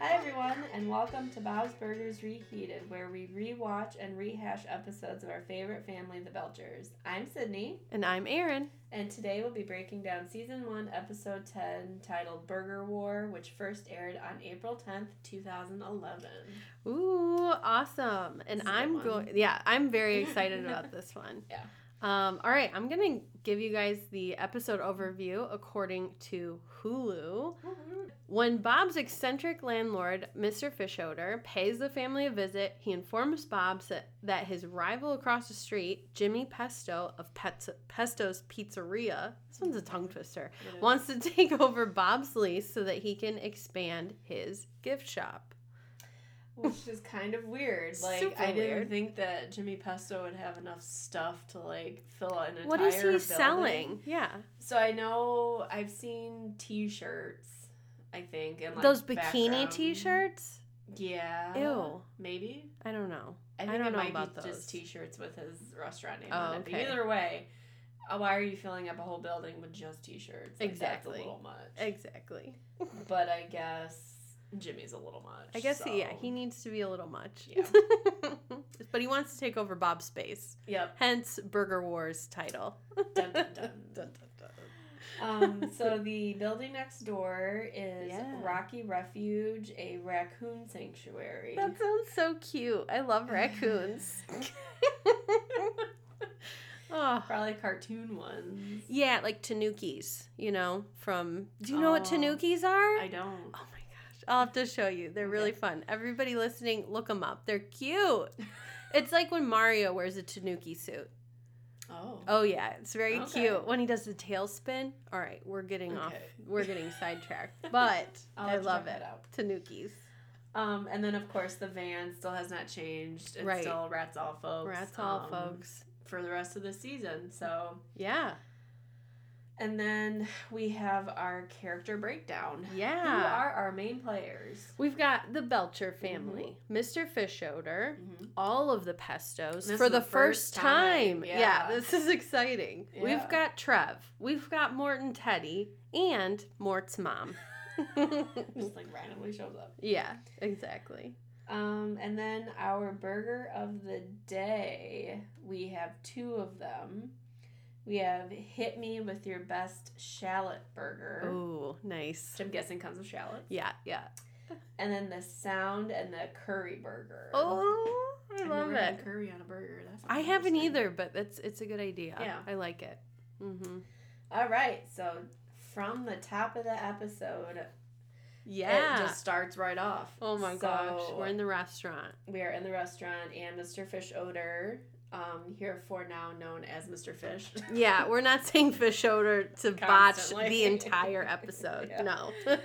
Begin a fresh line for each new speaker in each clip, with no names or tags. Hi everyone, and welcome to Bob's Burgers Reheated, where we rewatch and rehash episodes of our favorite family, the Belchers. I'm Sydney,
And I'm Erin.
and today we'll be breaking down season one, episode ten, titled "Burger War," which first aired on April tenth, two thousand eleven.
Ooh, awesome. And
This is a good
I'm
one.
going yeah, I'm very excited about this one.
Yeah.
Um, all right, I'm gonna give you guys the episode overview according to Hulu. When Bob's eccentric landlord, Mr. Fishoder, pays the family a visit, he informs Bob sa- that his rival across the street, Jimmy Pesto of Pets- Pesto's Pizzeria, this one's a tongue twister, wants to take over Bob's lease so that he can expand his gift shop.
Which is kind of weird. Like
Super
I didn't
weird.
think that Jimmy Pesto would have enough stuff to like fill an entire.
What is he
building.
selling? Yeah.
So I know I've seen T-shirts. I think and like
Those bikini
background- Uh-huh.
t-shirts?
Yeah.
Ew.
Maybe.
I don't know.
I
I
think
don't
it
know
might be
about
just
those.
T-shirts with his restaurant name
Oh,
on it. But
okay.
either way, uh, why are you filling up a whole building with just T-shirts? Like,
Exactly.
That's a little much.
Exactly.
But I guess Jimmy's a little much.
I guess
so-
yeah, he needs to be a little much.
Yeah.
but he wants to take over Bob's space.
Yep.
Hence Burger Wars title.
Dun, dun, dun. um, so the building next door is
Yeah.
Rocky Refuge, a raccoon sanctuary.
That sounds so cute. I love raccoons. oh.
Probably cartoon ones.
Yeah, like tanukis, you know, from Do you know what
Oh.
tanukis are?
I don't.
Oh my gosh. I'll have to show you. They're really
Okay.
fun. Everybody listening, look them up. They're cute. it's like when Mario wears a Tanuki suit.
Oh.
Oh yeah, it's very
Okay.
cute. When he does the tailspin. All right, we're getting off.
Okay. Oh,
We're getting sidetracked. But
I'll
I
have to
love
check that
it.
out.
Tanukis.
Um, and then of course the van still has not changed. It's
Right.
still rats all folks.
Rats all
um,
folks.
For the rest of the season. So
Yeah.
and then we have our character breakdown. Who
Yeah.
are our main players?
We've got the Belcher family,
Mm-hmm.
Mr. Fishoder, all of the pestos
This
for
is
the,
the first
first time.
time,
Yeah.
yeah.
this is exciting.
Yeah.
We've got Trev, we've got Morton Teddy, and Mort's mom.
Just like randomly shows up.
yeah, exactly.
Um, and then our burger of the day. We have two of them. We have hit me with your best shallot burger,
Ooh, nice.
which I'm guessing comes with shallots.
Er. Yeah, yeah.
And then the sound and the curry burger.
Oh, I
I've
love
never had
it.
curry on a burger. That's
I haven't either, but that's it's a good idea.
Yeah.
I like it. Mm-hmm.
All right, so from the top of the episode,
Yeah.
it just starts right off.
oh my
So,
gosh, we're in the restaurant.
we are in the restaurant, and Mr. Fish Odor, um, herefore now known as Mr. Fish.
Yeah, we're not saying fish odor to botch
Constantly.
the entire episode.
Yeah.
No.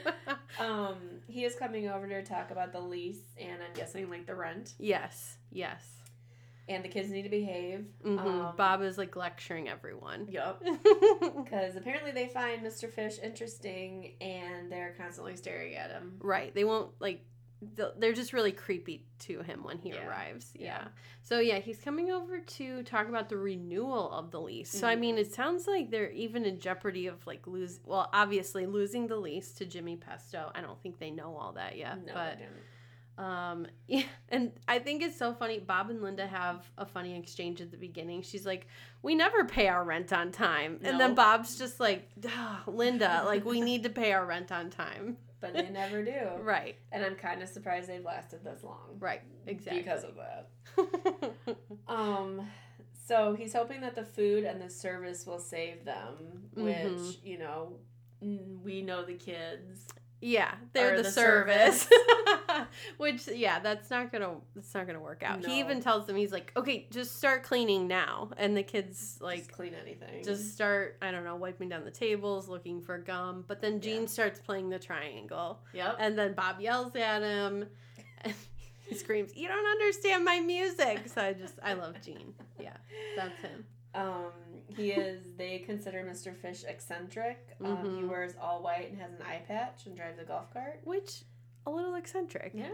um, he is coming over to talk about the lease, and I'm guessing like the rent,
yes, yes.
and the kids need to behave.
hmm
Um,
Bob is like lecturing everyone.
Yup. Because apparently they find Mr. Fish interesting, and they're constantly staring at him.
right. They won't like. they'll- They're just really creepy to him when he
Yeah.
arrives. Yeah.
Yeah.
So yeah, he's coming over to talk about the renewal of the lease. So I
Mhm.
mean, it sounds like they're even in jeopardy of like lose. Well, obviously losing the lease to Jimmy Pesto. I don't think they know all that yet.
no,
but
they don't.
Um, yeah, and I think it's so funny. Bob and Linda have a funny exchange at the beginning. She's like, "We never pay our rent on time,"
No.
and then Bob's just like, "Duh, "Linda, like we need to pay our rent on time."
but they never do.
Right,
And I'm kind of surprised they've lasted this long.
right, exactly.
Because of that. Um, so he's hoping that the food and the service will save them, which,
Mhm.
you know, n- we know the kids.
yeah, they're
Or
the,
the
service. Which yeah, that's not gonna that's not gonna work out.
No.
He even tells them he's like, "Okay, just start cleaning now," and the kids like
Like, clean anything.
just start i don't know wiping down the tables looking for gum but then gene
Yeah.
starts playing the triangle
yep.
and then bob yells at him and he screams you don't understand my music so i just i love gene yeah that's him
Um, he is, they consider Mr. Fish eccentric. Um, he
Mhm.
wears all white and has an eye patch and drives a golf cart.
which a little eccentric
Yeah.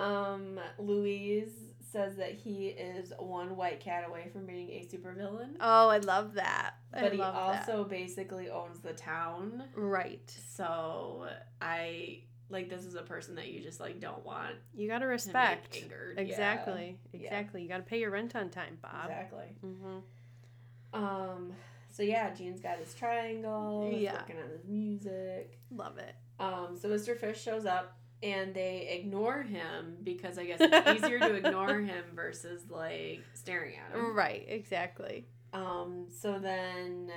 Um, Louise says that he is one white cat away from being a supervillain.
Oh, I love that. I
But he
love that.
also basically owns the town.
right.
So I like this is a person that you just like don't want
You gotta
to make
respect.
angered. Yeah,
Exactly.
Yeah.
Exactly. You gotta pay your rent on time, Bob.
Exactly.
hmm
Um so yeah, Gene's got his triangle, he's
Yeah.
working on his music.
Love it.
Um so Mr. Fish shows up and they ignore him because I guess it's easier to ignore him versus like staring at him.
Right. Exactly.
Um, so then,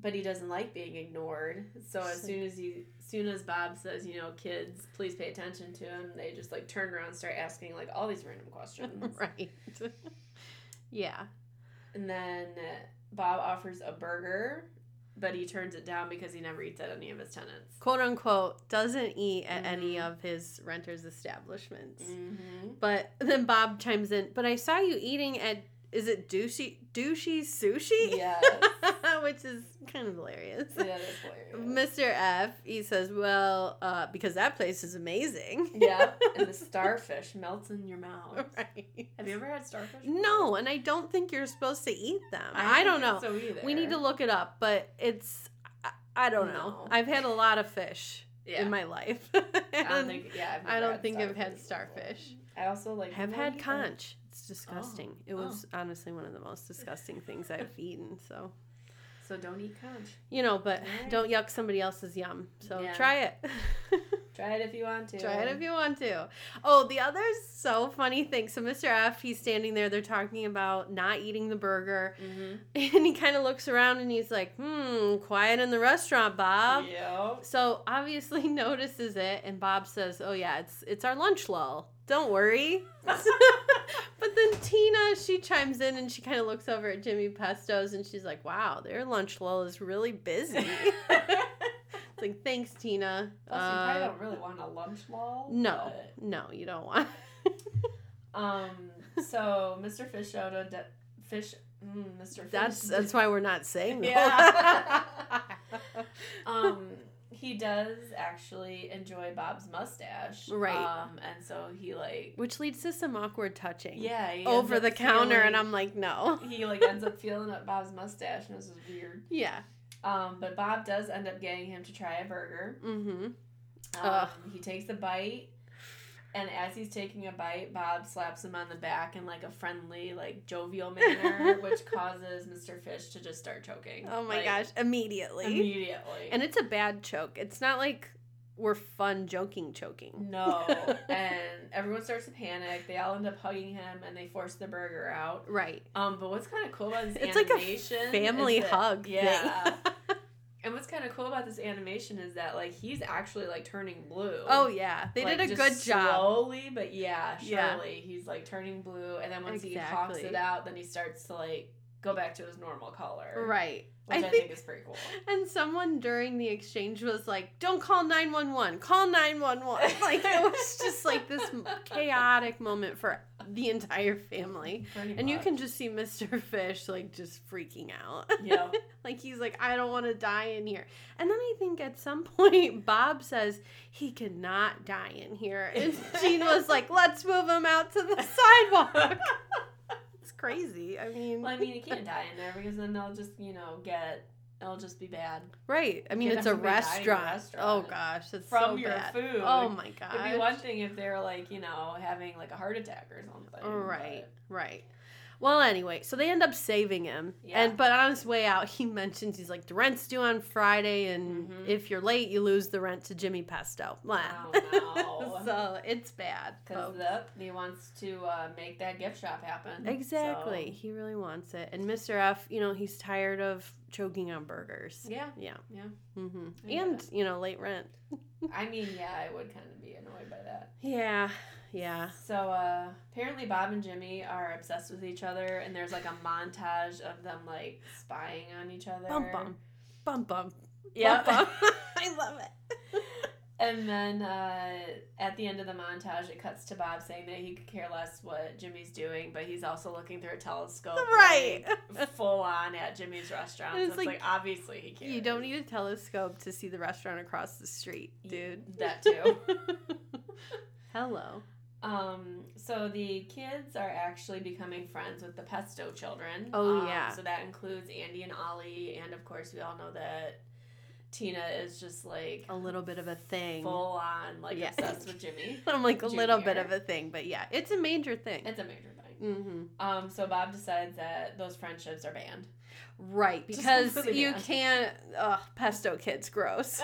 but he doesn't like being ignored. So as
So-
soon as he, soon as Bob says, you know, kids, please pay attention to him, they just like turn around and start asking like all these random questions.
right. yeah.
And then Bob offers a burger, but he turns it down because he never eats at any of his tenants.
Quote unquote doesn't eat at any
Mhm.
of his renters' establishments.
Mm-hmm.
But then Bob chimes in. But I saw you eating at is it douchey douchey sushi?
Yeah,
Which is kind of hilarious.
yeah, that's hilarious.
Mr. F, he says, well, uh, because that place is amazing.
yeah, and the starfish melts in your mouth.
right.
Have you ever had starfish?
No, and I don't think you're supposed to eat them. I,
I
don't know.
think So either.
we need to look it up, but it's I, I don't know.
No.
I've had a lot of fish
Yeah.
in my life.
I don't think. Yeah, I've
I
never
don't
had
think I've had
before.
starfish.
I also like
have
don't
had
eat them.
conch.
Oh.
It's disgusting. It was honestly one of the most disgusting things I've eaten. So
So don't eat conch.
you know, but
Alright.
don't yuck somebody else's yum. So
Yeah.
try it.
Try it if you want to.
Try it if you want to. Oh, the other so funny thing. So Mr. F, he's standing there. They're talking about not eating the burger,
Mm-hmm.
and he kind of looks around and he's like, "Hmm, quiet in the restaurant, Bob."
yeah.
So obviously notices it, and Bob says, "Oh yeah, it's it's our lunch lull. Don't worry." but then Tina, she chimes in and she kind of looks over at Jimmy Pesto's and she's like, "Wow, their lunch lull is really busy." it's like, "Thanks, Tina."
Plus, you probably
Uh,
don't really want a lunch lull.
no, no, you don't want.
but- um. So Mr. Fish showed a de- fish. Mm, Mr. Fish.
That's that's why we're not saying
Yeah.
that.
um. He does actually enjoy Bob's mustache.
Right.
Um. And so he like.
Which leads to some awkward touching.
Yeah. he ends
Over
up
the counter,
feeling-
and I'm like, no.
He like ends up feeling up Bob's mustache, and this is weird.
Yeah.
Um, but Bob does end up getting him to try a burger.
Mm-hmm.
Um,
Ugh.
he takes a bite, and as he's taking a bite, Bob slaps him on the back in like a friendly, like jovial manner, which causes Mr. Fish to just start choking.
Oh my
like,
gosh! Immediately.
Immediately.
And it's a bad choke. It's not like we're fun joking choking.
no, and everyone starts to panic. They all end up hugging him, and they force the burger out.
Right.
Um, but what's kind of cool about this
It's like a
animation? is
Family
that-
hug.
Yeah.
Thing.
And what's kind of cool about this animation is that like he's actually like turning blue.
oh yeah, they
Like,
did a
just
good job.
Slowly, but yeah, surely
Yeah.
he's like turning blue, and then once he talks
Exactly.
it out, then he starts to like go back to his normal color,
Right.
Which I,
I
think,
think-
is pretty cool.
And someone during the exchange was like, "Don't call 911. Call 911." Like it was just like this chaotic moment for the entire family. And you can just see Mr. Fish like just freaking out.
yeah,
Like he's like, I don't want to die in here. And then I think at some point Bob says he cannot die in here. And Gene was like, Let's move him out to the sidewalk. it's crazy. I mean,
well, I mean, he can't die in there because then they'll just you know get it'll just be bad
right? I mean,
Get
it's a
everybody dying in the
restaurant. Oh
restaurant.
gosh, that's
from
so
your
bad.
food.
Oh my
It'd be one
gosh.
thing if they're like you know having like a heart attack or something. but-
right, right. Well, anyway, so they end up saving him,
Yeah.
and but on his way out, he mentions he's like the rent's due on Friday, and
Mhm.
if you're late, you lose the rent to Jimmy Pesto. Blah.
Oh, no.
so it's bad.
Because
folks.
he wants to uh, make that gift shop happen.
Exactly. He really wants it. And Mr. F, you know, he's tired of choking on burgers.
So, yeah.
Yeah.
Yeah.
hmm
I get
And, you know, late rent.
I mean, yeah, I would kind of be annoyed by that.
Yeah. Yeah.
So uh, apparently, Bob and Jimmy are obsessed with each other, and there's like a montage of them like spying on each other.
Bum bum. Bum bum.
Yeah.
Bum, bum. I love it.
And then uh, at the end of the montage, it cuts to Bob saying that he could care less what Jimmy's doing, but he's also looking through a telescope,
Right.
like, full on at Jimmy's restaurant.
And
It's,
it's
so it's
like,
like, obviously he cares.
You don't need a telescope to see the restaurant across the street, dude.
that too.
Hello.
Um, so the kids are actually becoming friends with the Pesto children.
Oh,
Um,
yeah.
So that includes Andy and Ollie, and of course we all know that Tina is just like
A little bit of a thing.
full on like
Yeah.
obsessed with Jimmy.
I'm like a little bit
Junior.
of a thing, but yeah, it's a major thing.
It's a major thing.
Mm-hmm.
Um, so Bob decides that those friendships are banned.
Right,
Just
because
completely
you
banned.
can't. Ugh, pesto kids, gross.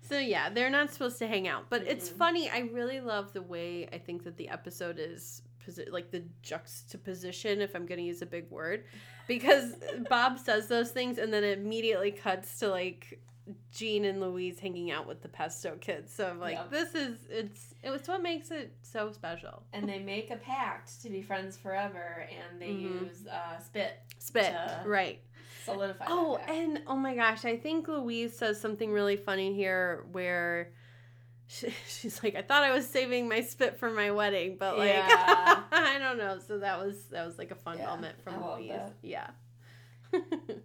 so yeah, they're not supposed to hang out. But it's
Mhm.
funny. I really love the way I think that the episode is posi- like the juxtaposition, if I'm going to use a big word, because Bob says those things and then it immediately cuts to like Jean and Louise hanging out with the pesto kids. So I'm like,
Yeah.
this is it's it's what makes it so special.
and they make a pact to be friends forever, and they
Mhm.
use uh, spit
Spit,
Duh.
right.
solidify. that
Oh,
pact.
and oh my gosh, I think Louise says something really funny here where she, she's like, "I thought I was saving my spit for my wedding, but like,
Yeah.
I don't know." So that was that was like a fun
Yeah,
moment
I
from
love
Louise.
that.
Yeah.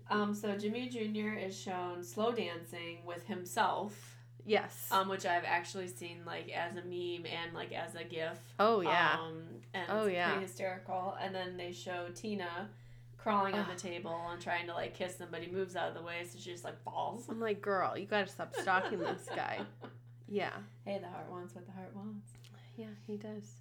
Um, so Jimmy Jr. is shown slow dancing with himself,
yes.
um, which I've actually seen like as a meme and like as a GIF.
oh yeah.
Um, and
Oh,
it's
yeah.
pretty hysterical. And then they show Tina crawling on the table and trying to like kiss somebody, moves out of the way, so she just like falls.
I'm like, girl, you gotta stop stalking this guy. Yeah.
Hey, the heart wants what the heart wants.
Yeah, he does.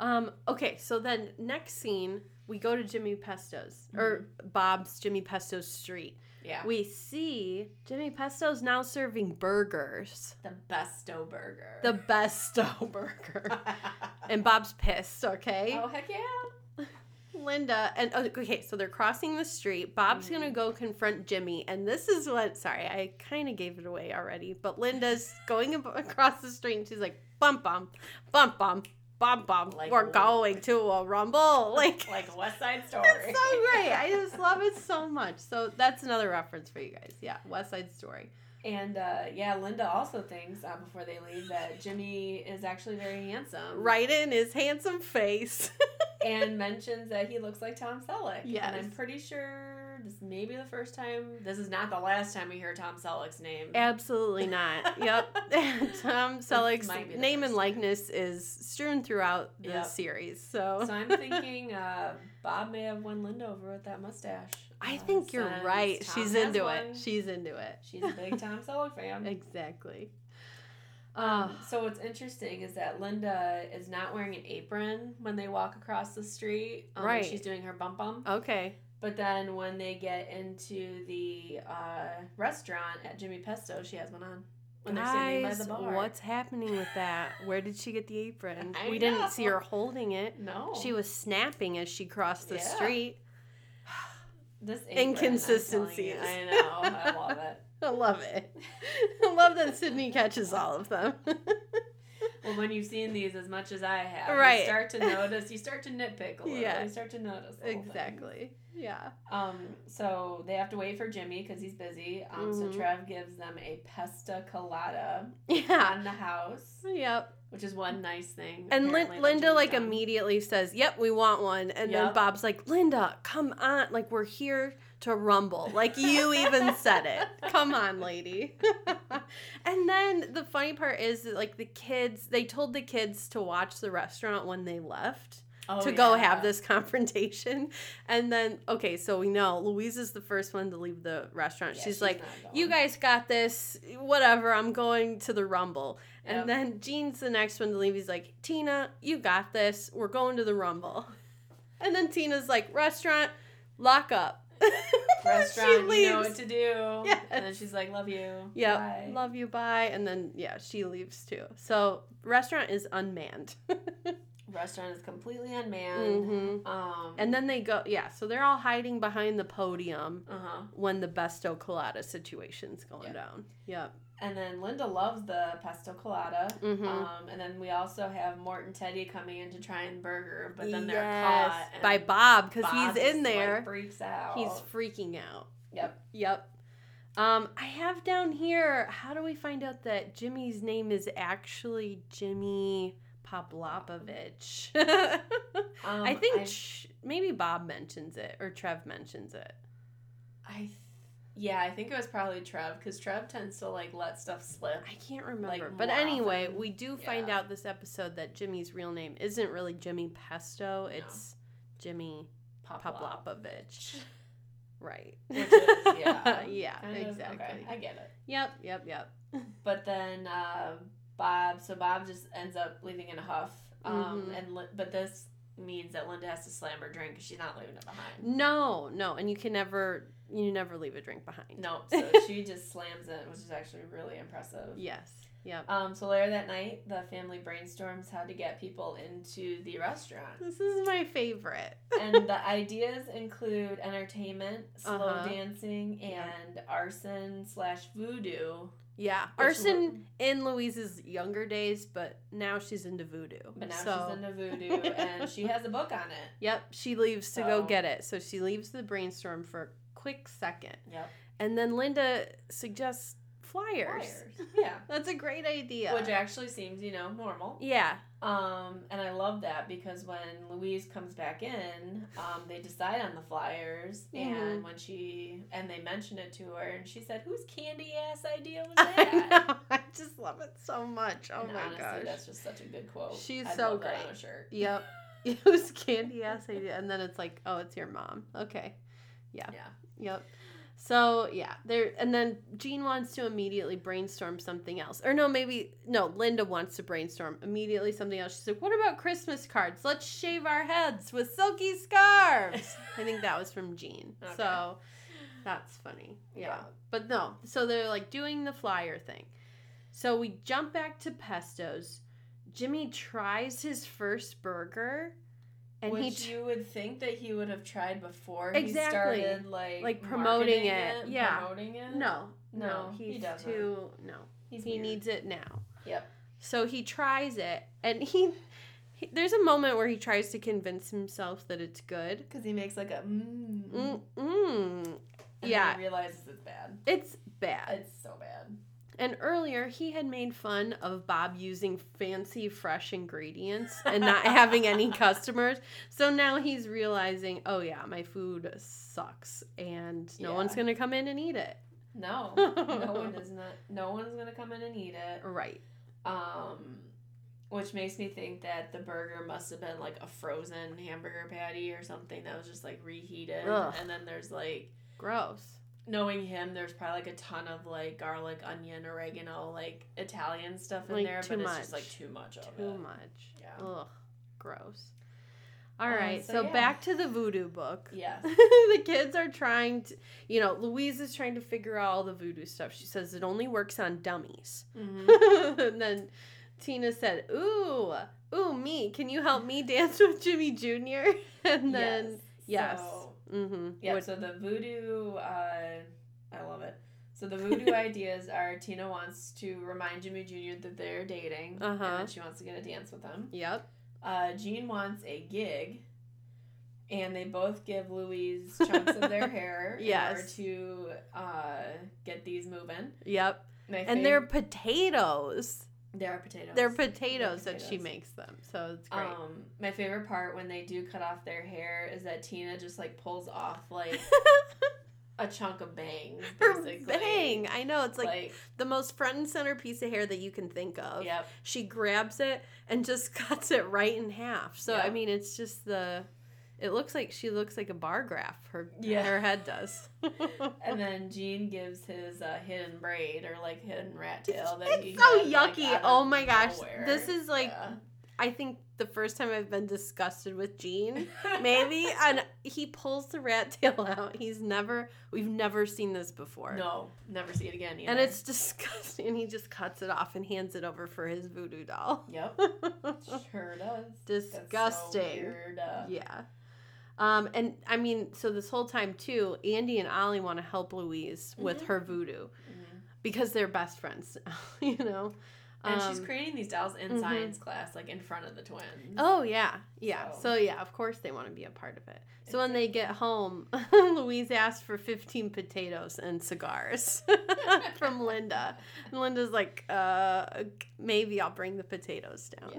Um, okay, so then next scene, we go to Jimmy Pesto's or
Mm-hmm.
Bob's Jimmy Pesto's street.
Yeah.
We see Jimmy Pesto's now serving burgers.
The besto burger.
The besto burger. and Bob's pissed, okay?
Oh heck yeah.
Linda and oh, okay, so they're crossing the street. Bob's
Mhm.
gonna go confront Jimmy, and this is what sorry, I kinda gave it away already, but Linda's going ab- across the street and she's like, bum bum, bum bum, bum bum,
Like
we're
what?
going to a rumble. Like
Like West Side Story.
It's so great. I just love it so much. So that's another reference for you guys. Yeah, West Side Story.
And uh, yeah, Linda also thinks uh, before they leave that Jimmy is actually very handsome.
Right in his handsome face.
And mentions that he looks like Tom Selleck.
Yes.
And I'm pretty sure this may be the first time, this is not the last time we hear Tom Selleck's name.
Absolutely not. Yep. Tom Selleck's
might be the
name and
first.
likeness is strewn throughout the
Yep.
series. So,
so I'm thinking uh, Bob may have won Linda over with that mustache.
I
Uh,
think you're
since
right.
Tom
She's
has
into
one.
it. She's into it.
She's a big Tom Selleck fan.
exactly.
Um,
Ah.
so what's interesting is that Linda is not wearing an apron when they walk across the street. Um, when
Right.
She's doing her bump bump.
Okay.
But then when they get into the uh, restaurant at Jimmy Pesto, she has one on. When they're standing by the
Guys,
bar.
what's happening with that? Where did she get the apron?
I
we
know.
didn't see her holding it.
No.
She was snapping as she crossed the
Yeah.
street.
this apron, I'm telling
Inconsistencies.
you, I know. I love it.
I love it. I love that Sydney catches all of them.
Well, when you've seen these as much as I have,
Right.
you start to notice. You start to nitpick a little.
Yeah.
You start to notice. little things.
exactly. Yeah.
Um, so they have to wait for Jimmy because he's busy. Um,
Mhm.
So Trev gives them a pesta colada
Yeah.
on the house,
Yep.
which is one nice thing.
And Lin-
apparently, that
Linda
Jimmy's
like
done.
immediately says, "Yep, we want one." And then
Yep.
Bob's like, "Linda, come on! Like we're here to rumble. Like you even said it. Come on, lady." and then the funny part is that like the kids, they told the kids to watch the restaurant when they left.
Oh,
to go
yeah.
have this confrontation. And then, okay, so we know Louise is the first one to leave the restaurant.
Yeah,
she's, like,
not going.
You guys got this, whatever, I'm going to the Rumble.
Yep.
And then Gene's the next one to leave. He's like, Tina, you got this, we're going to the Rumble. And then Tina's like, Restaurant, lock up.
restaurant, you know what
leaves.
to do.
Yes.
And then she's like, love you.
Yeah,
Bye.
love you, bye. And then, yeah, she leaves too. So, restaurant is unmanned.
restaurant is completely unmanned.
hmm
Um,
And then they go, yeah, so they're all hiding behind the podium.
uh-huh.
when the Besto Colada situation's going
Yeah.
down. Yep.
And then Linda loves the pesto colada.
Mm-hmm.
Um, and then we also have Mort and Teddy coming in to try and burger, but then they're caught and
by Bob because
Bob
he's
just,
in
like,
there.
freaks out.
he's freaking out.
yep.
Yep. Um, I have down here. How do we find out that Jimmy's name is actually Jimmy Poplopovich?
Um,
I think
I,
Ch- maybe Bob mentions it or Trev mentions it.
I th- Yeah, I think it was probably Trev because Trev tends to like let stuff slip.
I can't remember.
Like,
but
more
anyway,
often.
we do find
Yeah.
out this episode that Jimmy's real name isn't really Jimmy Pesto, it's Jimmy
Pop up.
Poplapovich. Right.
Which is- yeah.
Yeah,
Kind of-
exactly.
okay, I get it.
Yep, yep, yep.
But then uh, Bob, so Bob just ends up leaving in a huff. Um,
Mhm.
and Lin- but this means that Linda has to slam her drink because she's not leaving it behind.
No, no, and you can never you never leave a drink behind.
Nope. So she just slams it, which is actually really impressive.
Yes. Yep.
Um, so later that night, the family brainstorms how to get people into the restaurant.
This is my favorite.
and the ideas include entertainment, slow
Uh-huh.
dancing,
Yeah.
and arson slash voodoo.
Yeah.
which
Arson
lo-
in Louise's younger days, but now she's into voodoo.
But now
so,
she's into voodoo, and she has a book on it.
Yep, she leaves to go
So-
get it. So she leaves the brainstorm for a quick second.
Yep.
And then Linda suggests flyers.
Flyers. Yeah.
That's a great idea.
Which actually seems, you know, normal.
yeah.
Um, and I love that because when Louise comes back in, um, they decide on the flyers,
Mm-hmm.
and when she and they mention it to her, and she said, "Whose candy ass idea was
I
that?"
know. I just love it so much. Oh
and
my
honestly,
gosh.
that's just such a good quote.
She's
I'd
so
love that on
great.
a shirt.
Yep. It was candy ass idea. And then it's like, oh, it's your mom. Okay. Yeah.
Yeah.
Yep. So yeah, there and then Jean wants to immediately brainstorm something else. Or no, maybe no, Linda wants to brainstorm immediately something else. She's like, What about Christmas cards? Let's shave our heads with silky scarves. I think that was from Jean.
Okay.
So that's funny. yeah.
Yeah.
But no, so they're like doing the flyer thing. So we jump back to Pesto's. Jimmy tries his first burger, and he
Which
t-
you would think that he would have tried before
Exactly.
he started like
Like, promoting
marketing
it. Yeah.
promoting it.
no, no,
No, he
he's
doesn't.
too no.
he's
He
weird.
needs it now.
Yep.
So he tries it, and he, he there's a moment where he tries to convince himself that it's good.
because he makes like a mm,
Mm, mm.
and
Yeah,
then he realizes it's bad.
it's bad.
It's so bad.
And earlier, he had made fun of Bob using fancy, fresh ingredients and not having any customers. So now he's realizing, oh, yeah, my food sucks and no
Yeah.
one's going to come in and eat it.
No, no one is not. No one's gonna come in and eat it.
Right.
Um, which makes me think that the burger must have been like a frozen hamburger patty or something that was just like reheated.
Ugh.
And then there's like
Gross.
knowing him, there's probably like a ton of like garlic, onion, oregano, like Italian stuff in
Like,
there,
too
but it's just
much.
like too much of
Too
it.
much.
Yeah.
Ugh. Gross. All
Uh,
right.
so
so
yeah.
back to the voodoo book.
Yes.
the kids are trying to, you know, Louise is trying to figure out all the voodoo stuff. She says it only works on dummies.
Mhm.
and then Tina said, "Ooh, ooh, me. Can you help me dance with Jimmy Jr.?" And then yes,
So,
mm-hmm.
yeah. so the voodoo, uh, I love it. So the voodoo ideas are Tina wants to remind Jimmy Jr. that they're dating, and
Uh-huh.
then she wants to get a dance with him.
yep.
Uh, Jean wants a gig, and they both give Louise chunks of their hair in
Yes.
order to uh, get these moving.
Yep.
My
And
fav-
they're potatoes.
they're potatoes.
They're potatoes that she
potatoes.
makes them. So it's great.
um, my favorite part when they do cut off their hair is that Tina just like pulls off like a chunk of bangs,
Her
basically.
bang. I know it's
Like,
like, the most front and center piece of hair that you can think of.
yep,
She grabs it and just cuts it right in half. So I
Yep.
mean, it's just the. It looks like she looks like a bar graph. Her
Yeah.
her head does.
and then Gene gives his uh, hidden braid or like hidden rat tail. That he
it's so
had, like,
yucky.
out of
oh my gosh,
nowhere.
this is like
Yeah.
I think the first time I've been disgusted with Gene. Maybe and he pulls the rat tail out. He's never we've never seen this before.
No, never see it again. Either.
And it's disgusting. And he just cuts it off and hands it over for his voodoo doll.
yep, sure does. That's so
Disgusting.
weird, uh,
yeah. Um, and I mean, so this whole time too, Andy and Ollie want to help Louise with
Mhm.
her voodoo
mhm.
because they're best friends, now, you know.
And she's
Um,
creating these dolls in
mhm.
science class, like in front of the twins.
Oh yeah, yeah. So,
So-
yeah, of course they want to be a part of it. So when they get home, Louise asked for fifteen potatoes and cigars from Linda, and Linda's like, uh, "Maybe I'll bring the potatoes down."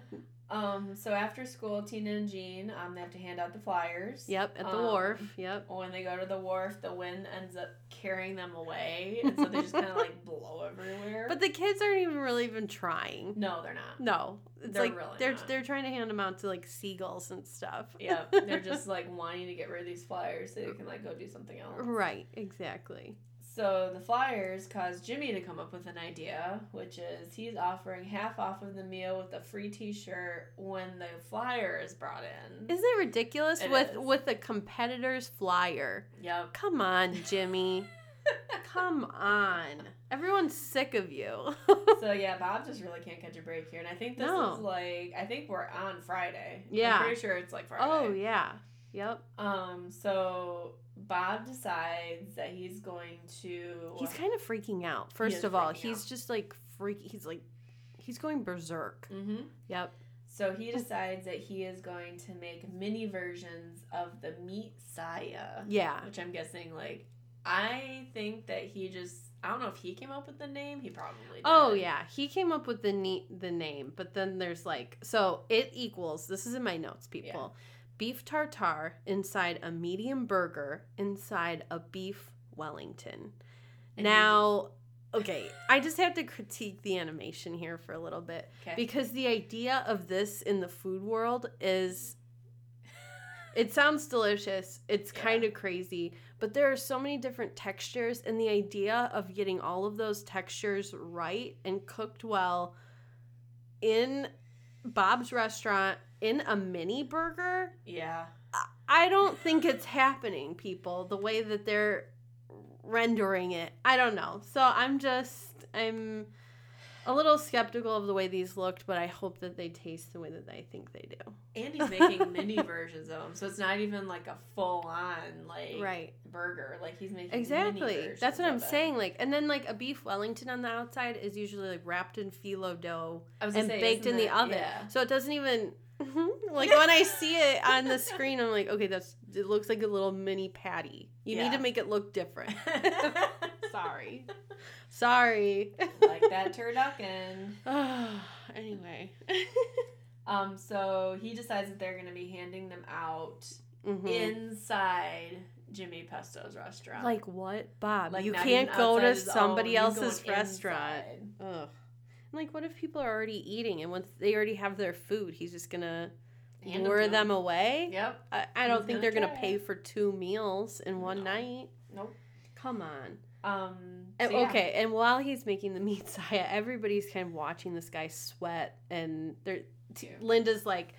Yeah. Um, so after school, Tina and Jean, um, they have to hand out the flyers.
Yep, at the
Um,
wharf. Yep.
When they go to the wharf, the wind ends up carrying them away, and so they just kind of like blow everywhere.
But the kids aren't even really even trying.
no, they're not.
No, it's
They're
like
really
they're
not.
they're trying to hand them out to like seagulls and stuff.
Yeah, they're just like wanting to get rid of these flyers so they can like go do something else.
Right, exactly.
So the flyers caused Jimmy to come up with an idea, which is he's offering half off of the meal with a free T-shirt when the flyer is brought in.
Isn't it ridiculous
It
with
is.
with a competitor's flyer?
Yep.
Come on, Jimmy. Come on. Everyone's sick of you.
So yeah, Bob just really can't catch a break here, and I think this
No.
is like I think we're on Friday.
Yeah.
I'm pretty sure it's like Friday.
oh yeah. Yep.
Um. So Bob decides that he's going to.
He's kind of freaking out.
is
First of all,
freaking
he's
out.
just like freak he's like he's going berserk.
hmm
Yep.
So he decides that he is going to make mini versions of the meat saya.
Yeah.
which I'm guessing like I think that he just I don't know if he came up with the name. He probably did.
Oh yeah, he came up with the neat the name, but then there's like so it equals this is in my notes, people. Beef tartare inside a medium burger inside a beef Wellington.
And
now, okay, I just have to critique the animation here for a little bit
Okay.
because the idea of this in the food world is it sounds delicious. It's
Yeah.
kind of crazy, but there are so many different textures and the idea of getting all of those textures right and cooked well in Bob's restaurant in a mini burger
yeah.
I don't think it's happening, people, the way that they're rendering it. I don't know. So I'm just, I'm a little skeptical of the way these looked, but I hope that they taste the way that I think they do.
And he's making mini versions of them, so it's not even like a full on like
Right.
burger. Like he's making mini
Exactly. That's
versions
what I'm
of it.
saying. Like, and then like a beef Wellington on the outside is usually like wrapped in phyllo dough
I was gonna
and
say,
baked
isn't
in the
it-
oven.
Yeah.
So it doesn't even like when I see it on the screen, I'm like, okay, that's it looks like a little mini patty. You need
Yeah.
to make it look different. Sorry. Sorry.
like that turducken.
anyway.
Um, so he decides that they're gonna be handing them out Mm-hmm.
Mhm.
inside Jimmy Pesto's restaurant.
like what, Bob?
Like,
you
not
can't
even
go
outside
to
his
somebody
own, he's
else's
going
restaurant.
inside.
Ugh. And, like, what if people are already eating and once they already have their food, he's just gonna
Hand
lure
to
them.
him.
away?
Yep.
I, I don't
He's
think
gonna
they're gonna
try
pay
it.
for two meals in one
No.
night.
Nope.
Come on.
Um.
And-
so yeah.
Eh, Okay, and while he's making the meat saya, everybody's kind of watching this guy sweat, and they're, t-
Yeah.
Linda's like,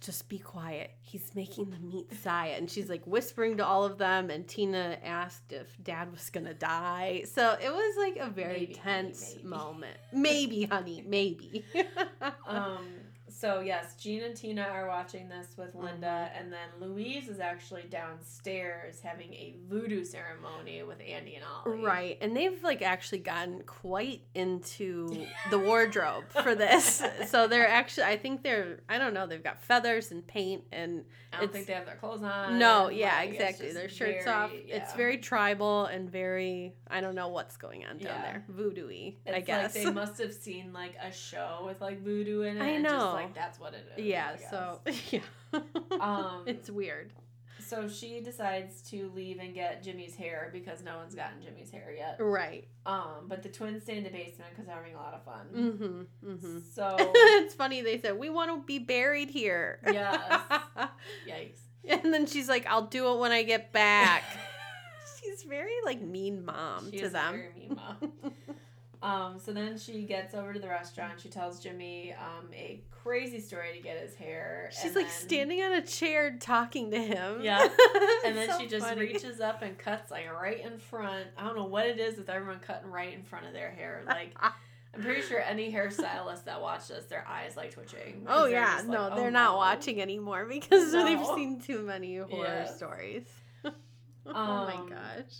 "Just be quiet. He's making the meat saya," and she's like whispering to all of them. And Tina asked if Dad was gonna die, so it was like a very
Maybe, honey,
tense
maybe.
moment. Maybe, honey, maybe.
Um. So yes, Gene and Tina are watching this with
Mm-hmm.
Linda, and then Louise is actually downstairs having a voodoo ceremony with Andy and Ollie.
Right, and they've like actually gotten quite into the wardrobe for this. So they're actually, I think they're, I don't know, they've got feathers and paint and
I don't
It's-
think they have their clothes on.
no,
Um, Like,
yeah,
it's
exactly.
just
Their shirts
very-
off. It's
yeah.
very tribal and very, I don't know what's going on down
Yeah.
there, voodoo-y,
It's
I guess.
like they must have seen like a show with like voodoo in it.
I
and
know.
Just, like that's what it is.
yeah,
I guess.
so yeah,
Um,
it's weird.
so she decides to leave and get Jimmy's hair because no one's gotten Jimmy's hair yet.
Right.
Um, but the twins stay in the basement because they're having a lot of fun.
Mm-hmm. Mm-hmm.
So
it's funny they said we want to be buried here.
Yes. yikes.
And then she's like, I'll do it when I get back. she's very like mean mom
She
to
is a
them.
very mean mom. um, so then she gets over to the restaurant. She tells Jimmy um, a crazy story to get his hair.
She's
and
like
then-
standing on a chair talking to him.
Yeah. And
It's
then
so
she just
funny.
reaches up and cuts like right in front. I don't know what it is with everyone cutting right in front of their hair. Like I'm pretty sure any hairstylist that watched this, their eyes like twitching. 'Cause
Oh
they're
yeah,
just like,
no,
"Oh,
they're not
no."
watching anymore because they've
No.
seen too many horror
Yes.
stories. oh my
Um,
gosh.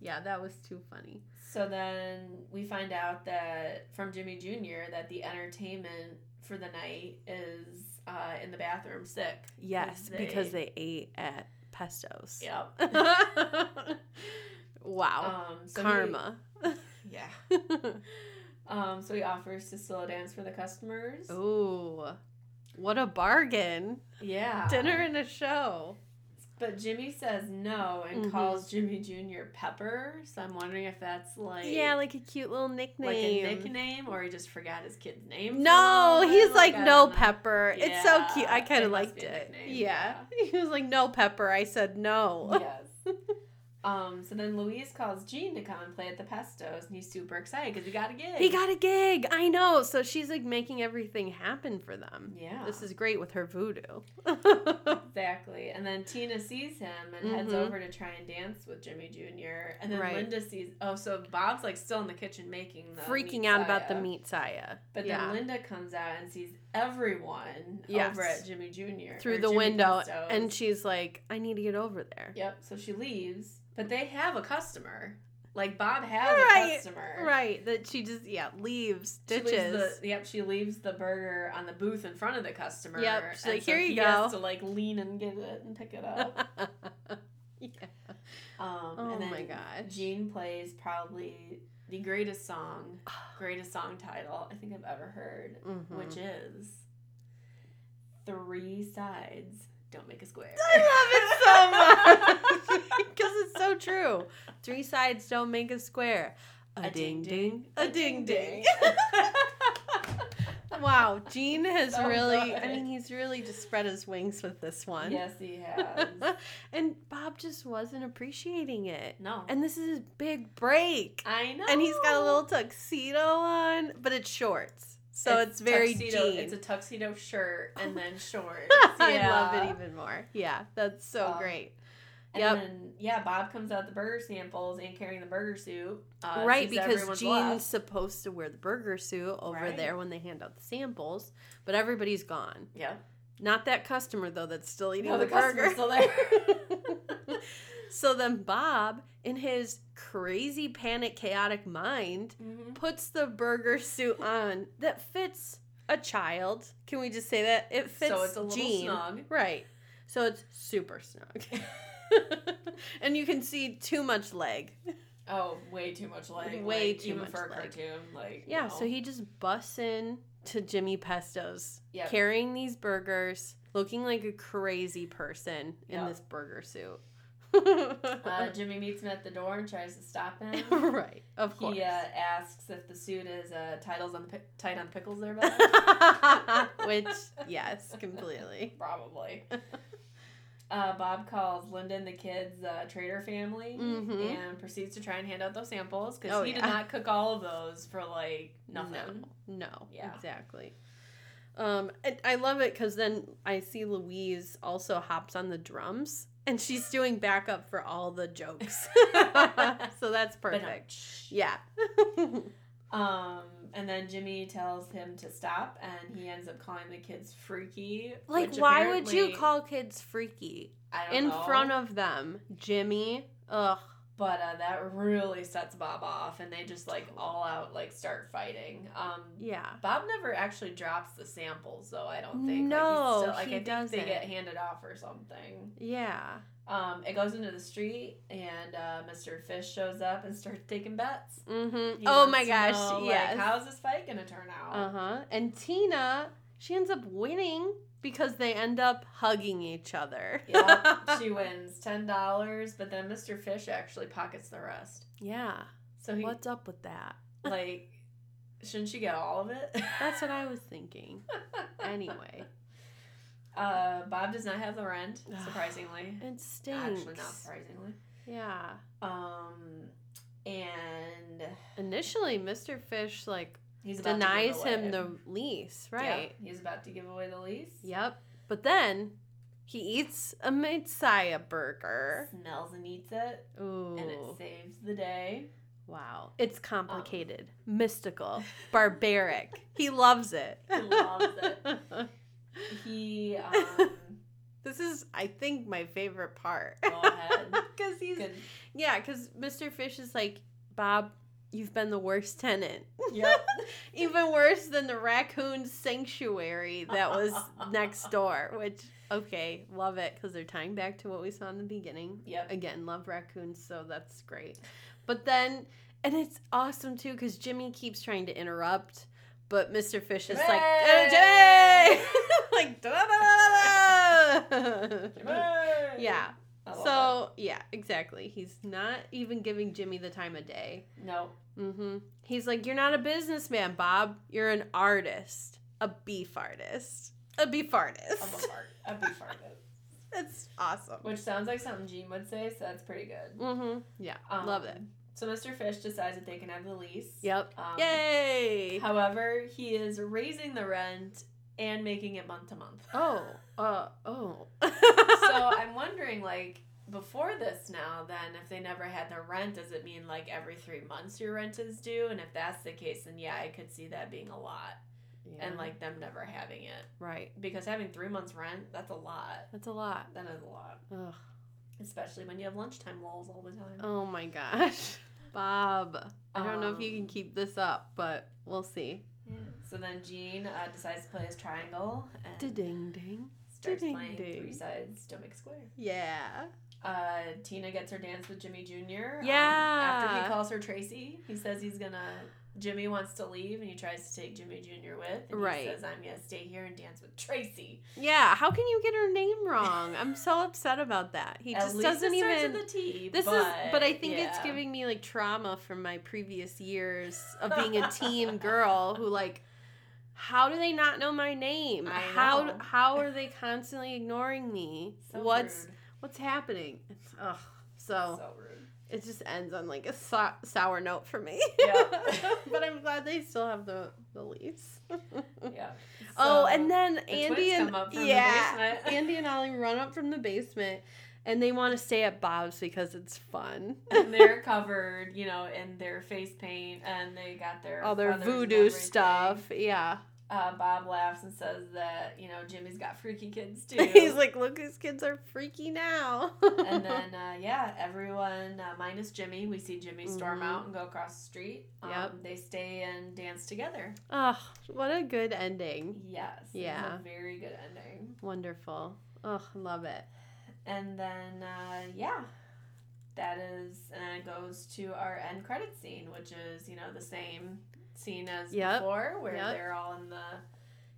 Yeah, that was too funny.
So then we find out that from Jimmy Jr. that the entertainment for the night is uh, in the bathroom sick.
Yes, because
they-
they ate at Pesto's.
Yep.
wow.
Um, so
Karma.
He, yeah. Um, so he offers to still dance for the customers.
Ooh. What a bargain.
Yeah.
Dinner and a show.
But Jimmy says no and
Mhm.
calls Jimmy Jr. Pepper. So I'm wondering if that's like
yeah, like a cute little nickname.
like a nickname or he just forgot his kid's name.
No,
for a
he's
while.
like,
I
no
don't know.
pepper. It's so
Yeah,
cute. I kind
it
of
must
liked
be a
it.
nickname,
Yeah. He was like, no pepper. I said no.
Yes. um. So then Louise calls Gene to come and play at the Pestos, and he's super excited because he got a gig.
He got a gig. I know. So she's like making everything happen for them.
Yeah.
This is great with her voodoo.
Exactly. And then Tina sees him and heads
Mhm.
over to try and dance with Jimmy Jr. And then
Right.
Linda sees oh, so Bob's like still in the kitchen making the
Freaking
meat
out about the
saya.
meat saya.
But then Linda comes out and sees everyone
Yes.
over at Jimmy Jr.
through
or
the
Jimmy
window
Gusto's.
and she's like, I need to get over there.
Yep, so she leaves. But they have a customer. Like Bob has
Right,
a customer.
Right. That she just yeah, leaves,
She leaves
ditches.
the, yep, she leaves the burger on the booth in front of the customer.
Yep, she's
and
like,
so
"Here you
he has
go."
to like lean and get it and pick it up.
yeah.
Um,
Oh
and then
my gosh.
Gene plays probably the greatest song, greatest song title I think I've ever heard,
Mhm.
which is Three Sides Don't Make a Square.
I love it so much because it's so true. Three sides don't make a square. A, ding ding, a ding ding. wow, Gene has
So
really.
good.
I mean, he's really just spread his wings with this one.
yes, he has.
and Bob just wasn't appreciating it.
No.
And this is his big break.
I know.
And he's got a little tuxedo on, but it's shorts. So it's, very
tuxedo,
Gene.
It's a tuxedo shirt and then shorts.
I
Yeah.
love it even more. Yeah, that's so
Um,
great.
And
Yep.
then, yeah, Bob comes out the burger samples and carrying the burger suit. Uh,
right,
since
because
everyone's
Gene's
left.
supposed to wear the burger suit over
Right.
there when they hand out the samples, but everybody's gone.
Yeah.
Not that customer though that's still eating
No,
the,
the
burger.
customer's still there.
so then Bob, in his crazy panic chaotic mind,
Mhm.
puts the burger suit on that fits a child. Can we just say that? It fits
So it's a little
Gene.
snug.
Right. So it's super snug. and you can see too much leg.
Oh, way too much leg.
Way
like,
too
even
much
for a
leg.
cartoon. Like no.
Yeah, so he just busts in to Jimmy Pesto's,
Yep.
carrying these burgers, looking like a crazy person in
Yep.
this burger suit.
uh, Jimmy meets him at the door and tries to stop him.
right, of course.
he uh, asks if the suit is uh, titles on pi- tight on pickles. There, bud?
Which, yes, completely.
probably. Uh, Bob calls Linda and the kids uh, Trader family
Mhm.
and proceeds to try and hand out those samples because
Oh,
he did
yeah.
not cook all of those for like nothing.
No, no,
Yeah.
exactly. Um, and I love it because then I see Louise also hops on the drums, and she's doing backup for all the jokes. so that's
But no.
perfect. Yeah.
Um, and then Jimmy tells him to stop, and he ends up calling the kids freaky.
Like,
which
why would you
apparently-
call kids freaky
I don't
in
know,
front of them, Jimmy? Ugh.
But uh, that really sets Bob off, and they just like all out like start fighting. Um,
Yeah.
Bob never actually drops the samples, though. I don't think.
No,
like, he's still, like,
he
I think
doesn't.
They get handed off or something.
Yeah.
Um, it goes into the street, and uh, Mr. Fish shows up and starts taking bets.
Mm-hmm.
He
Oh
wants
my
to
gosh.
know, like,
yes.
how's this fight gonna turn out?
uh huh. And Tina, she ends up winning because they end up hugging each other.
yep, she wins ten dollars, but then Mr. Fish actually pockets the rest.
yeah.
So he
What's up with that?
like, shouldn't she get all of it?
That's what I was thinking. Anyway,
Uh, Bob does not have the rent, surprisingly.
it stinks.
Actually, not surprisingly.
Yeah.
Um, and
Initially, Mr. Fish like
he's about
denies
to give away.
him the lease,
Yeah,
right?
he's about to give away the lease.
Yep. But then he eats a Messiah burger.
Smells and eats it,
Ooh.
and Um. it saves the day.
wow. It's complicated, mystical, barbaric. he loves it.
He loves it. He um,
this is, I think, my favorite part.
go ahead.
Because he's,
Good.
yeah, because Mr. Fish is like, Bob, you've been the worst tenant.
Yep.
Even worse than the raccoon sanctuary that was next door, which, okay, love it because they're tying back to what we saw in the beginning.
Yep.
again love raccoons so that's great but then and it's awesome too because jimmy keeps trying to interrupt But Mr. Fish is like,
Hooray!
"Oh, Jimmy!" like, da-da-da-da-da. yeah.
I love
So yeah, exactly. He's not even giving Jimmy the time of day.
it. no,
Mm-hmm. He's like, You're not a businessman, Bob. You're an artist. A beef artist. A beef artist.
I'm a fart. A beef artist.
That's awesome.
Which sounds like something Gene would say, so that's pretty good.
Mm-hmm. Yeah.
Um,
Love it.
So Mr. Fish decides that they can have the lease.
Yep.
Um,
Yay.
However, he is raising the rent and making it month to month.
oh. Uh oh.
so I'm wondering, like, before this now, then, if they never had their rent, does it mean, like, every three months your rent is due? And if that's the case, then yeah, I could see that being a lot. And,
Yeah.
like, them never having it.
Right.
Because having three months' rent, that's a lot.
That's a lot.
That is a lot.
Ugh.
Especially when you have lunchtime lulls all the time.
Oh my gosh. Bob. I don't know if you can
Um,
keep this up, but we'll see.
Yeah. So then Gene uh, decides to play his triangle and
Ding ding.
starts
ding,
playing
ding.
three sides, don't make a square.
Yeah.
Uh, Tina gets her dance with Jimmy Jr. Um, after he
Yeah.
calls her Tracy, he says he's gonna. Jimmy wants to leave, and he tries to take Jimmy Jr. with. And He
Right.
says, "I'm gonna stay here and dance with Tracy."
Yeah. How can you get her name wrong? I'm so upset about that. He
At
just
least
doesn't
it starts
even.
With a T,
This
but,
is, but I think it's
yeah.
giving me like trauma from my previous years of being a teen girl who like, how do they not know my name?
I
how
know.
how are they constantly ignoring me?
So
what's Oh.
rude.
what's happening? It's, ugh. So,
so rude.
it just ends on like a so- sour note for me.
Yeah.
but I'm glad they still have the the lease.
Yeah.
oh,
So
and then
the
Andy
twins
and
come up from the
yeah,
basement.
Andy and Ollie run up from the basement, and they want to stay at Bob's because it's fun.
and they're covered, you know, in their face paint, and they got their
All their
feathers and
voodoo
everything.
stuff. Yeah,
Uh, Bob laughs and says that you know Jimmy's got freaky kids too.
he's like, look, these kids are freaky now.
and then uh, yeah, everyone uh, minus Jimmy. We see Jimmy storm
Mhm.
out and go across the street. Um,
Yep.
They stay and dance together.
oh, what a good ending!
Yes. it was
Yeah.
A very good ending.
Wonderful. Oh, love it.
And then uh, yeah, that is and it goes to our end credit scene, which is you know the same scene as
Yep.
before, where
Yep.
they're all in the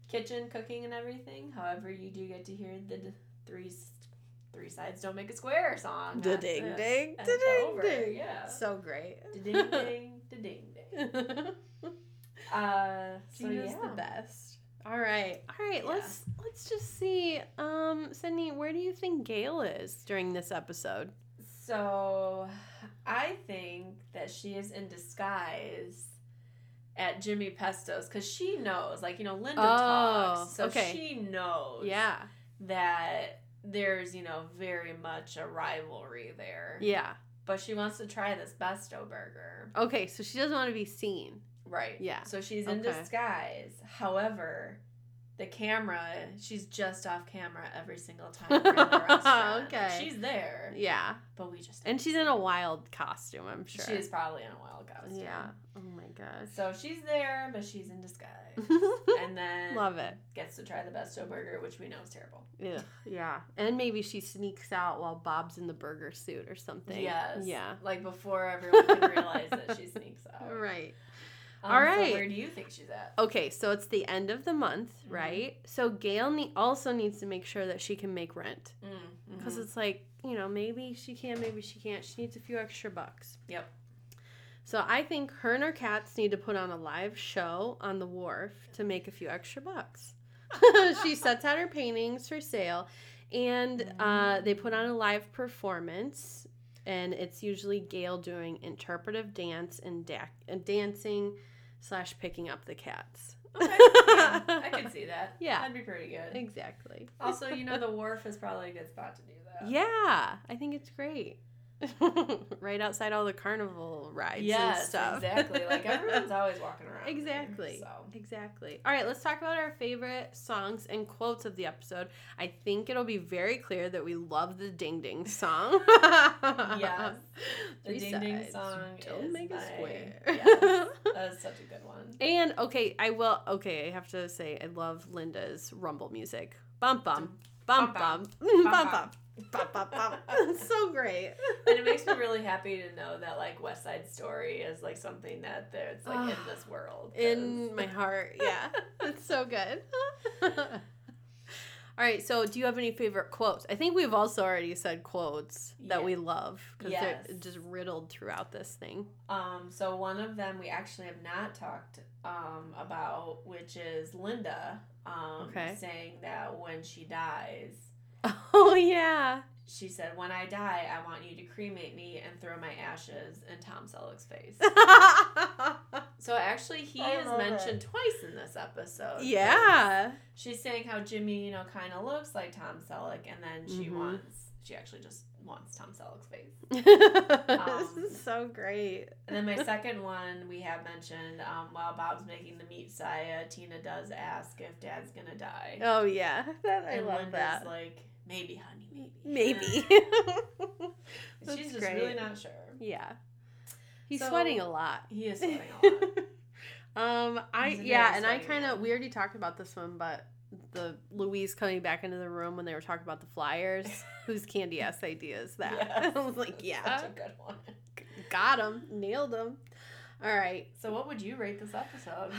kitchen cooking and everything. However, you do get to hear the d- three s- three sides don't make a square song.
Da
That's
ding
it.
ding,
And
da
it's
ding
over,
ding.
Yeah.
So great.
Da-ding, ding, da-ding, ding. Uh, so
Gina's
yeah.
the best. All right, all right.
Yeah.
Let's let's just see, um, Sydney. Where do you think Gail is during this episode?
So I think that she is in disguise at Jimmy Pesto's because she knows, like you know, Linda
Oh,
talks, so
okay.
she knows
Yeah,
that there's you know very much a rivalry there.
yeah.
But she wants to try this Besto burger,
Okay, so she doesn't want to be seen.
right?
Yeah.
So she's in
Okay.
disguise. However. The camera, she's just off camera every single time we're in the restaurant.
Okay.
She's there,
Yeah,
but we just
and she's in a wild costume. I'm sure.
She is probably in a wild costume.
Yeah. Oh my gosh.
So she's there, but she's in disguise. and then
Love it.
gets to try the Besto burger, which we know is terrible.
Yeah. Yeah. And maybe she sneaks out while Bob's in the burger suit or something.
Yes.
Yeah.
Like before everyone can realize that she sneaks out.
Right.
Um,
All
so
right.
where do you think she's at?
Okay, so it's the end of the month,
Mhm.
right? So Gail ne- also needs to make sure that she can make rent because
Mhm.
it's like you know maybe she can, maybe she can't. She needs a few extra bucks.
Yep.
So I think her and her cats need to put on a live show on the wharf to make a few extra bucks. she sets out her paintings for sale, and uh, they put on a live performance, and it's usually Gail doing interpretive dance and, da- and dancing slash picking up the cats.
Okay. Yeah, I can see that.
Yeah.
That'd be pretty good.
Exactly.
Also, you know, the wharf is probably a good spot to do that.
Yeah, I think it's great. right outside all the carnival rides and
Yes,
stuff.
exactly. Like everyone's always walking around. there,
Exactly.
so
Exactly. All right, let's talk about our favorite songs and quotes of the episode. I think it'll be very clear that we love the Ding Ding song.
yes, the
Uh-huh. Three
ding ding
sides
song
don't
is
make a
my,
square.
Yes, that is such a good one.
And okay, I will. Okay, I have to say, I love Linda's rumble music. Bump bump. bump bump
Bump,
bump
Bump,
bump bump bump bump. It's so great.
and it makes me really happy to know that like West Side Story is like something that there it's like in this world 'cause-
In my heart, yeah, it's so good. All right, so do you have any favorite quotes? I think we've also already said quotes that
Yeah.
we love because they're
Yes.
just riddled throughout this thing.
Um, so one of them we actually have not talked um, about, which is Linda um,
Okay.
saying that when she dies,
Oh yeah,
she said, "When I die, I want you to cremate me and throw my ashes in Tom Selleck's face." so actually, he
I
is
love it.
mentioned twice in this episode.
yeah.
she's saying how Jimmy, you know, kind of looks like Tom Selleck, and then she
Mhm.
wants, she actually just wants Tom Selleck's face.
this is so great.
And then my second one we have mentioned um, while Bob's making the meat saya, Tina does ask if Dad's gonna die.
Oh yeah, that, I
and
love
Linda's
that.
like, maybe, honey, maybe.
Maybe.
She's
That's
just
great.
really not sure.
yeah. He's
So-
sweating a lot.
He is sweating a lot.
um, I
He's a
yeah,
very
and I
sweaty
kind of
man.
we already talked about this one, but the Louise coming back into the room when they were talking about the flyers, whose candy ass idea is that?
Yes.
I was like, yeah,
Such a good one.
got him, nailed him. All right,
So what would you rate this episode?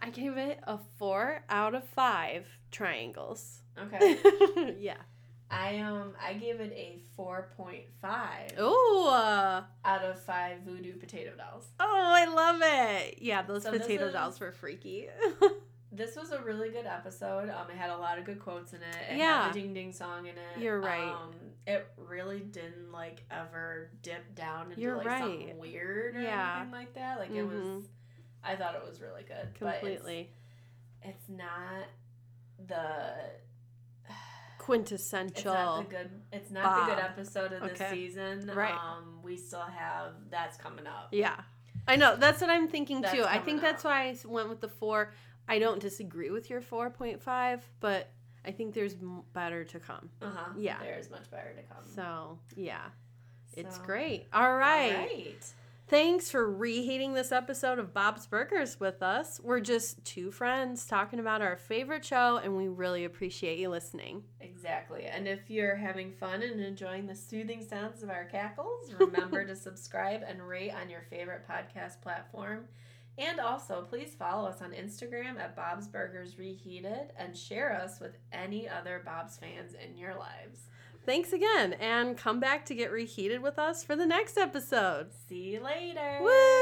I gave it a four out of five triangles.
Okay.
yeah.
I um I gave it a four point five
Oh, uh,
out of five voodoo potato dolls.
oh, I love it. Yeah, those
So this
potato
is-
dolls were freaky.
This was a really good episode. Um, it had a lot of good quotes in it. It
Yeah.
had the ding ding song in it.
You're right.
Um, it really didn't like ever dip down into
You're
like
right.
something weird or
Yeah.
anything like that. Like it was.
Mhm.
I thought it was really good.
Completely.
But it's, it's not the.
quintessential.
It's not the good. It's not the good
Bob.
episode of this
Okay.
season.
Right.
Um, we still have that's coming up.
yeah, I know. That's what I'm thinking
That's
too. I
coming
think that's
up.
why I s- went with the four. I don't disagree with your four point five, but I think there's m- better to come.
Uh huh.
Yeah.
There is much better to come.
So yeah, it's
Um, So,
great. All
All
right.
right.
Thanks for reheating this episode of Bob's Burgers with us. We're just two friends talking about our favorite show, and we really appreciate you listening.
Exactly. And if you're having fun and enjoying the soothing sounds of our cackles, remember to subscribe and rate on your favorite podcast platform. And also, please follow us on Instagram at Bob's Burgers Reheated and share us with any other Bob's fans in your lives.
Thanks again, and come back to get reheated with us for the next episode.
See you later.
Woo!